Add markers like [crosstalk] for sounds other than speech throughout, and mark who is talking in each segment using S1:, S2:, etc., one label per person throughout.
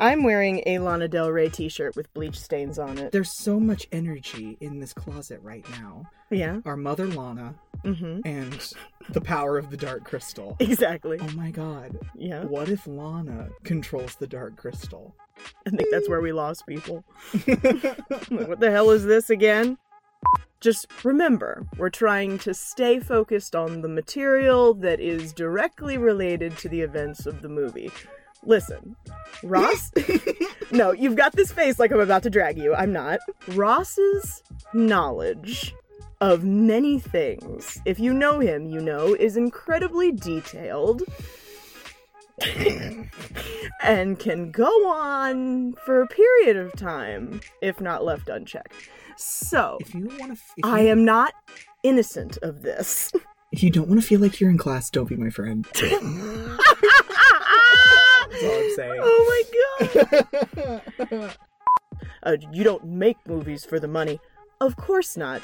S1: I'm wearing a Lana Del Rey t-shirt with bleach stains on it.
S2: There's so much energy in this closet right now.
S1: Yeah.
S2: Our mother Lana
S1: Mm-hmm. [laughs]
S2: and the power of the dark crystal.
S1: Exactly.
S2: Oh my god.
S1: Yeah.
S2: What if Lana controls the dark crystal?
S1: I think that's where we lost people. [laughs] Like, what the hell is this again? Just remember, we're trying to stay focused on the material that is directly related to the events of the movie. Listen, Ross. no, you've got this face like I'm about to drag you. I'm not. Ross's knowledge of many things, if you know him, you know, is incredibly detailed and can go on for a period of time if not left unchecked. So,
S2: If you want to,
S1: I am not innocent of
S2: [laughs]
S1: this. [laughs]
S2: If you don't want to feel like you're in class, don't be my friend. That's all I'm saying.
S1: oh my god. Uh, you don't make movies for the money. Of course not.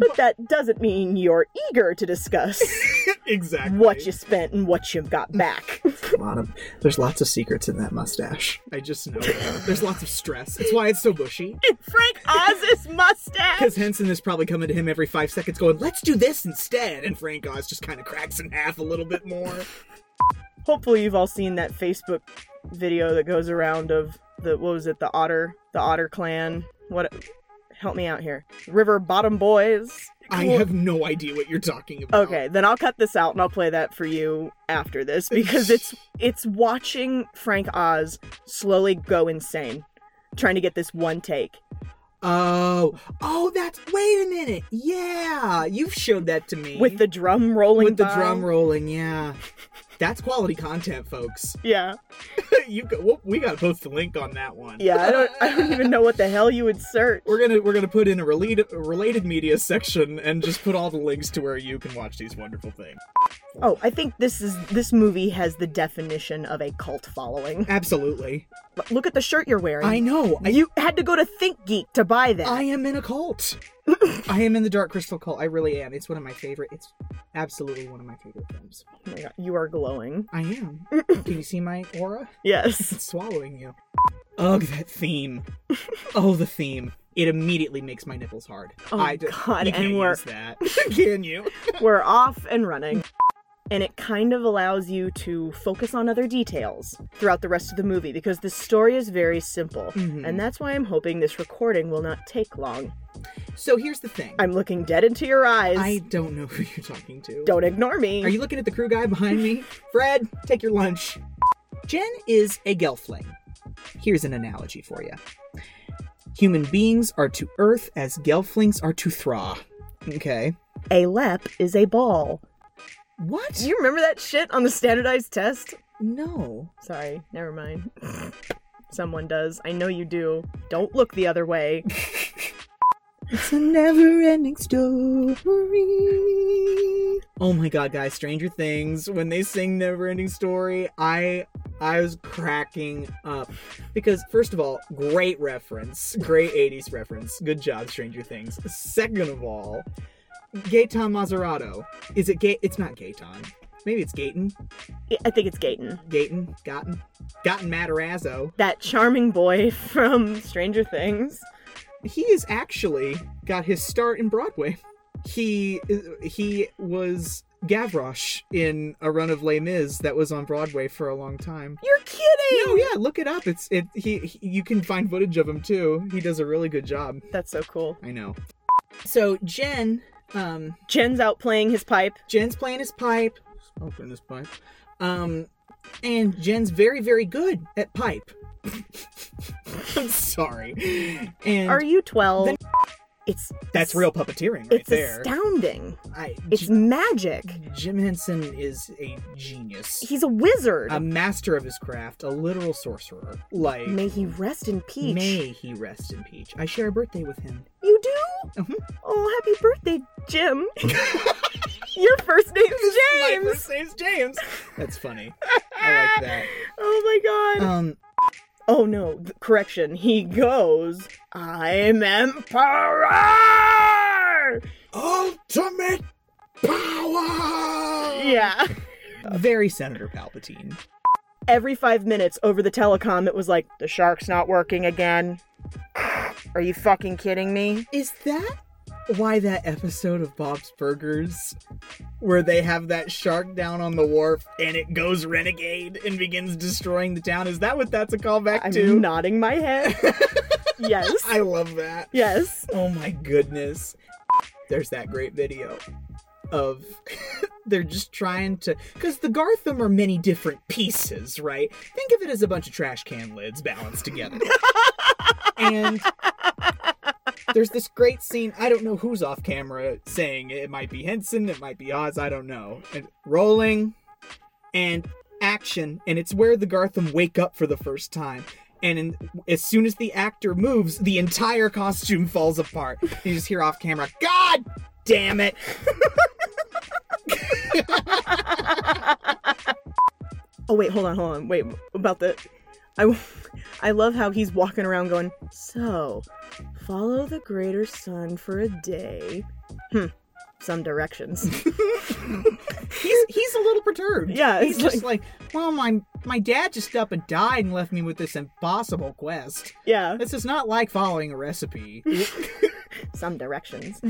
S1: But that doesn't mean you're eager to discuss
S2: [laughs] exactly.
S1: what you spent and what you got
S2: [laughs]
S1: back.
S2: A lot of there's lots of secrets in that mustache. I just know. there's lots of stress. It's why it's so bushy.
S1: Frank Oz's
S2: Because
S1: mustache.
S2: Henson is probably coming to him every five seconds, going, "Let's do this instead," and Frank Oz just kind of cracks in half a little bit more.
S1: Hopefully, you've all seen that Facebook video that goes around of the what was it? The otter, the otter clan. What? Help me out here. River Bottom Boys.
S2: I have no idea what you're talking about.
S1: Okay, then I'll cut this out and I'll play that for you after this because it's it's watching Frank Oz slowly go insane trying to get this one take.
S2: [laughs] Oh, oh, that's. Wait a minute. Yeah, you've showed that to me
S1: With the drum rolling
S2: with the
S1: by.
S2: drum rolling. Yeah, that's quality content, folks. [laughs]
S1: Yeah.
S2: you go, whoop, we gotta post the link on that one.
S1: Yeah, I don't
S2: [laughs]
S1: I don't even know what the hell you would search.
S2: We're gonna we're gonna put in a related related media section and just put all the links to where you can watch these wonderful things.
S1: Oh, I think this is this movie has the definition of a cult following.
S2: Absolutely.
S1: But Look at the shirt you're wearing.
S2: I know. I,
S1: you had to go to Think Geek to buy that.
S2: I am in a cult. I am in the Dark Crystal cult. I really am. It's one of my favorite. It's absolutely one of my favorite films.
S1: Oh my God, you are glowing. [laughs]
S2: I am. Can you see my aura?
S1: Yes.
S2: It's swallowing you. Ugh,
S1: [laughs]
S2: that theme. oh, the theme. It immediately makes my nipples hard.
S1: Oh,
S2: I d-
S1: God,
S2: you can't
S1: and we're-
S2: use that. [laughs] can you?
S1: we're off and running. And it kind of allows you to focus on other details throughout the rest of the movie because the story is very simple.
S2: Mhm.
S1: And that's why I'm hoping this recording will not take long.
S2: So here's the thing.
S1: I'm looking dead into your eyes.
S2: I don't know who you're talking to.
S1: Don't ignore me.
S2: Are you looking at the crew guy behind me? Fred, take your lunch. Jen is a gelfling. Here's an analogy for you. Human beings are to earth as gelflings are to thra. Okay.
S1: a lep is a ball.
S2: What?
S1: Do you remember that shit on the standardized test?
S2: No.
S1: Sorry, never mind. [laughs] Someone does. I know you do. Don't look the other way.
S2: It's a never-ending story. Oh my god, guys! Stranger Things. When they sing "Never-Ending Story," I I was cracking up because first of all, great reference, great '80s reference. Good job, Stranger Things. Second of all, Gaetan Maserato. Is it Gay? It's not Gaetan. Maybe it's Gaten.
S1: I think it's Gaten.
S2: Gaten. Gotten. Gotten Matarazzo.
S1: That charming boy [laughs] from Stranger Things.
S2: he is actually got his start in Broadway. He he was Gavroche in a run of Les Mis that was on Broadway for a long time.
S1: You're kidding!
S2: No, yeah, look it up. It's it. He, he you can find footage of him too. He does a really good job.
S1: That's so cool.
S2: I know. So Jen, um,
S1: Jen's out playing his pipe.
S2: Jen's playing his pipe, smoking his pipe, um, and Jen's very very good at pipe. [laughs] I'm sorry. And
S1: Are you 12? It's
S2: that's real puppeteering right
S1: It's
S2: there.
S1: astounding.
S2: I,
S1: It's magic.
S2: Jim Henson is a genius,
S1: He's a wizard.
S2: a master of his craft, a literal sorcerer. Like,
S1: May he rest in peace.
S2: may he rest in peace. I share a birthday with him.
S1: You do?
S2: Mhm.
S1: Oh, happy birthday,
S2: [laughs]
S1: Jim. Your first name's
S2: My
S1: James.
S2: first name's James. That's funny.
S1: [laughs]
S2: I like that.
S1: Oh my god.
S2: Um,
S1: oh no, th- correction. He goes, I'm
S2: [laughs]
S1: emperor.
S2: ultimate power.
S1: Yeah.
S2: Very Senator Palpatine.
S1: every five minutes over the telecom, it was like, the shark's not working again. Are you fucking kidding me?
S2: Is that why that episode of Bob's Burgers where they have that shark down on the wharf and it goes renegade and begins destroying the town? Is that what that's a callback
S1: I'm
S2: to?
S1: nodding my head.
S2: [laughs]
S1: yes.
S2: I love that.
S1: yes.
S2: Oh my goodness. There's that great video of [laughs] they're just trying to cuz the Gartham are many different pieces, right? Think of it as a bunch of trash can lids balanced together. and there's this great scene, I don't know who's off camera saying it, it might be Henson, it might be Oz, I don't know. And rolling and action and it's where the Gartham wake up for the first time and in, as soon as the actor moves, the entire costume falls apart. You just hear off camera, "God damn it!"
S1: Oh wait, hold on, hold on. Wait about the. I, I love how he's walking around going. So, follow the greater sun for a day. Hmm. Some directions.
S2: [laughs] He's he's a little perturbed.
S1: Yeah,
S2: he's
S1: it's
S2: just like, "Well, my my dad just up and died and left me with this impossible quest.
S1: yeah.
S2: This is not like following a recipe."
S1: Some
S2: [laughs]
S1: directions.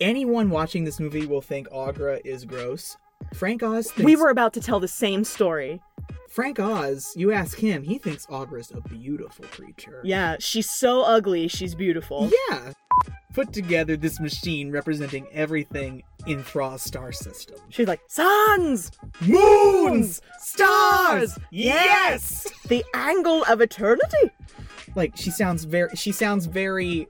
S2: Anyone watching this movie will think Agra is gross. Frank Oz. Thinks,
S1: We were about to tell the same story.
S2: Frank Oz. You ask him, he thinks Agra is a beautiful creature.
S1: Yeah, she's so ugly. She's beautiful.
S2: Yeah. Put together this machine representing everything in Fraw's star system.
S1: She's like suns.
S2: Moons!
S1: Stars!
S2: Yes!
S1: The angle of eternity.
S2: Like she sounds very she sounds very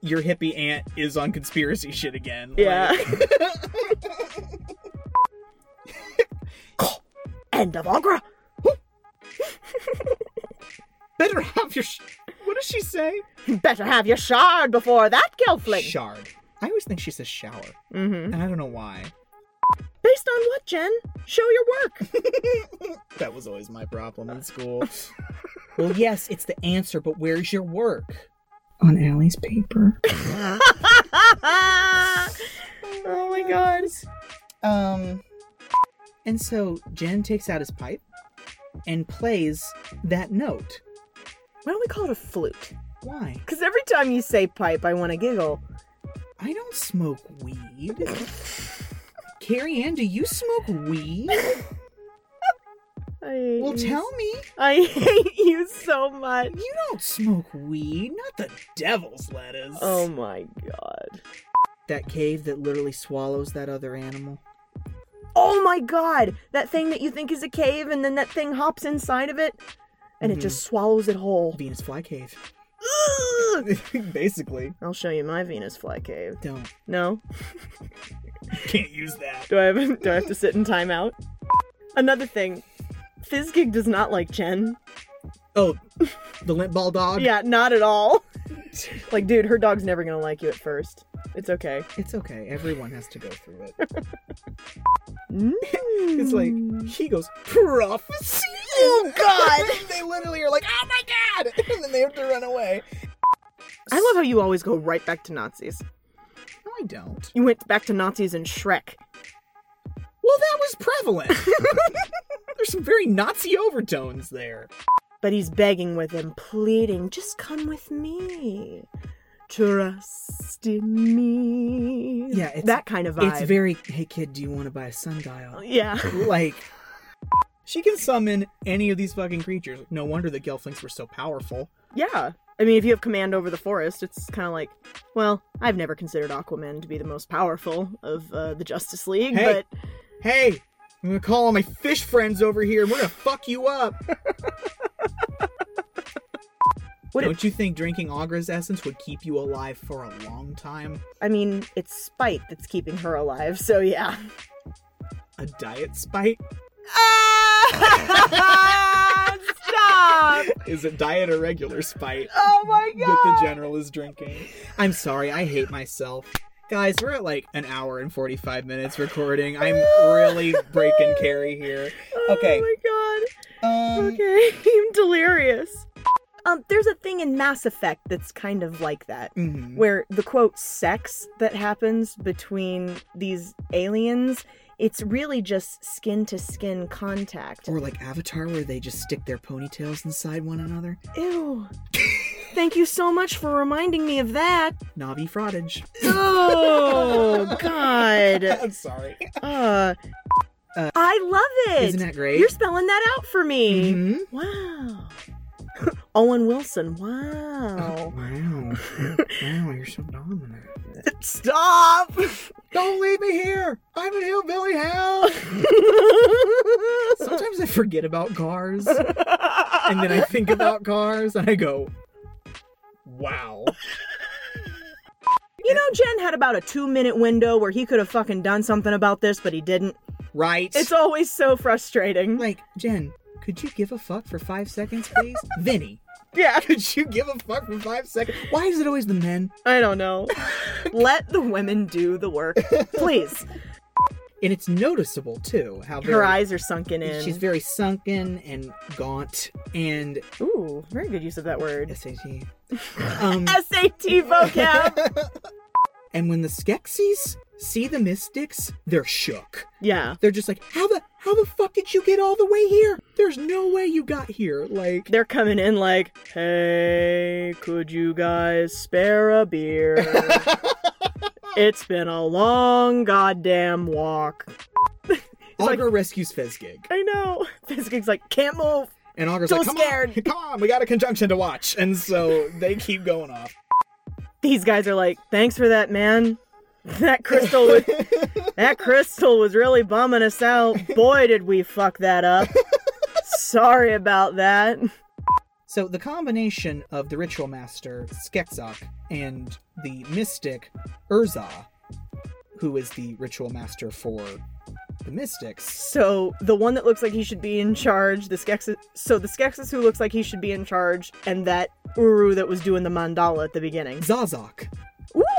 S2: your hippie aunt is on conspiracy shit again. Like,
S1: Yeah. [laughs] End of Agra.
S2: better have your sh- What does she say?
S1: Better have your shard before that, Gelfling.
S2: Shard. I always think she says shower,
S1: mm-hmm.
S2: and I don't know why.
S1: Based on what, Jen? Show your [laughs] work.
S2: That was always my problem in school. [laughs] well, yes, it's the answer, but where's your work? On Allie's paper.
S1: oh my god.
S2: Um, and so Jen takes out his pipe and plays that note.
S1: Why don't we call it a flute?
S2: Why?
S1: Because every time you say pipe, I want to giggle.
S2: I don't smoke weed. Carrie Ann, do you smoke weed?
S1: I hate
S2: Well,
S1: you. [laughs]
S2: tell me.
S1: I hate you so much.
S2: You don't smoke weed, not the devil's lettuce.
S1: Oh my god.
S2: that cave that literally swallows that other animal.
S1: Oh my god! That thing that you think is a cave, and then that thing hops inside of it, and
S2: Mhm.
S1: it just swallows it whole.
S2: Venus fly cave.
S1: Ugh!
S2: [laughs] Basically.
S1: I'll show you my Venus fly cave.
S2: Don't.
S1: No?
S2: Can't use that.
S1: Do I have do I have to sit in timeout? Another thing, Fizgig does not like Jen.
S2: Oh, the lint ball dog?
S1: Yeah, not at all. like, dude, her dog's never gonna like you at first. It's okay.
S2: It's okay. Everyone has to go through it.
S1: it's [laughs]
S2: It's like he goes prophecy. Hmm. Oh
S1: God.
S2: [laughs] they literally are like, oh my god, [laughs] and then they have to run away.
S1: I love how you always go right back to Nazis.
S2: No, I don't.
S1: You went back to Nazis in Shrek.
S2: Well, that was [laughs] prevalent. There's some very Nazi overtones there.
S1: But he's begging with him, pleading, just come with me. Trust in me.
S2: Yeah, it's-
S1: that kind of vibe.
S2: It's very, hey kid, do you want to buy a sundial?
S1: yeah.
S2: [laughs] like, Oh, she can summon any of these fucking creatures. No wonder the Gelflings were so powerful.
S1: Yeah. I mean, if you have command over the forest, it's kind of like, well, I've never considered Aquaman to be the most powerful of uh, the Justice League,
S2: Hey.
S1: but
S2: Hey, I'm gonna call all my fish friends over here, and we're gonna fuck you up.
S1: [laughs] What if-
S2: Don't you think drinking Agra's essence would keep you alive for a long time?
S1: I mean, it's spite that's keeping her alive, so yeah. [laughs]
S2: [laughs] A diet spite?
S1: Stop!
S2: Is it diet or regular spite
S1: Oh my
S2: that the general is drinking? I'm sorry, I hate myself. Guys, we're at like an hour and 45 minutes recording. I'm
S1: [laughs]
S2: really breaking Carrie here. Okay.
S1: Oh my god.
S2: Um,
S1: Okay, [laughs] I'm delirious. Um, there's a thing in Mass Effect that's kind of like that,
S2: mhm.
S1: where the quote sex that happens between these aliens It's really just skin to skin contact.
S2: Or like Avatar, where they just stick their ponytails inside one another. [laughs]
S1: Ew. Thank you so much for reminding me of that.
S2: Navi fraudage.
S1: [laughs] Oh, God.
S2: [laughs] I'm sorry.
S1: Uh,
S2: Uh,
S1: I love it.
S2: Isn't that great?
S1: You're spelling that out for me.
S2: Mhm.
S1: Wow. [laughs] Owen Wilson.
S2: Oh.
S1: Wow.
S2: Wow. Mm-hmm. wow, you're so dominant.
S1: Stop.
S2: [laughs] Don't leave me here! I'm in hillbilly [laughs] hell! Sometimes I forget about cars, and then [laughs] I think about cars, and I go, wow.
S1: You know, Jen had about a two minute window where he could have fucking done something about this, but he didn't.
S2: Right?
S1: It's always so frustrating.
S2: like, Jen, could you give a fuck for five seconds, [laughs] please? Vinny,
S1: Yeah,
S2: could you give a fuck for five seconds? Why is it always the men?
S1: I don't know. Let the women do the work, please.
S2: And it's noticeable, too, how
S1: Her
S2: very-
S1: eyes are sunken in.
S2: She's very sunken and gaunt and
S1: Ooh, very good use of that
S2: [laughs]
S1: word.
S2: SAT. Um,
S1: SAT vocab.
S2: and when the Skeksis see the Mystics, they're shook.
S1: yeah,
S2: They're just like, how the how the fuck did you get all the way here? There's no way you got here. Like,
S1: they're coming in like, hey, could you guys spare a beer? it's been a long goddamn walk.
S2: Augur rescues Fezgig,
S1: I know. [laughs] Fizgig's like, can't move.
S2: and Augur's
S1: So
S2: like, come on,
S1: scared.
S2: [laughs] come on, we got a conjunction to watch, and so they keep
S1: [laughs]
S2: going off.
S1: These guys are like, thanks for that, man. [laughs] That crystal
S2: [laughs]
S1: was that crystal was really bumming us out. Boy, did we fuck that up. Sorry about that.
S2: So the combination of the ritual master Skekzok and the mystic Urza, who is the ritual master for the mystics,
S1: So the one that looks like he should be in charge, the Skexis. So the Skexis who looks like he should be in charge, and that Uru that was doing the mandala at the beginning.
S2: Zazok.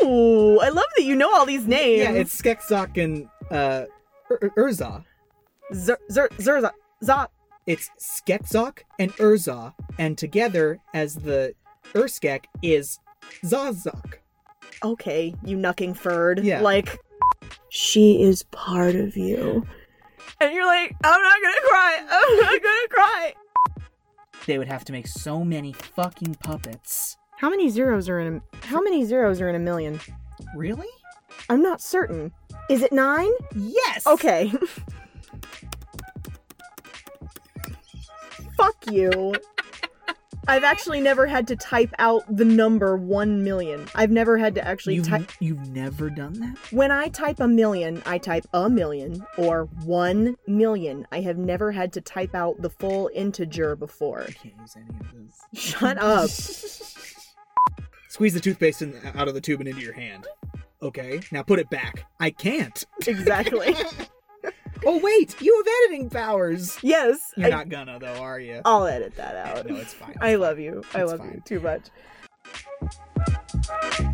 S1: Ooh, I love that you know all these names.
S2: Yeah, it's Skekzok and uh, Ur- Ur- Urza.
S1: Zer Zer Zer Zot.
S2: It's Skekzok and Urza, and together as the Urskek is Zazok.
S1: Okay, you knucking furred.
S2: Yeah.
S1: Like she is part of you. And you're like, I'm not gonna cry. I'm not gonna cry.
S2: They would have to make so many fucking puppets.
S1: How many zeros are in a, how many zeros are in a million?
S2: Really?
S1: I'm not certain. Is it nine?
S2: Yes.
S1: Okay. [laughs] Fuck you. I've actually never had to type out the number 1 million. I've never had to actually
S2: You've,
S1: type.
S2: you've never done that?
S1: When I type a million, I type a million or 1 million. I have never had to type out the full integer
S2: [laughs]
S1: before.
S2: I can't use any of this.
S1: Shut up.
S2: Squeeze the toothpaste in, out of the tube and into your hand. Okay, now put it back. I can't. [laughs]
S1: Exactly.
S2: Oh wait, you have editing powers.
S1: Yes.
S2: You're
S1: I,
S2: not gonna though, are you?
S1: I'll
S2: Oh,
S1: edit that out.
S2: no, it's fine.
S1: I love you. I
S2: It's
S1: love you
S2: fine.
S1: too much.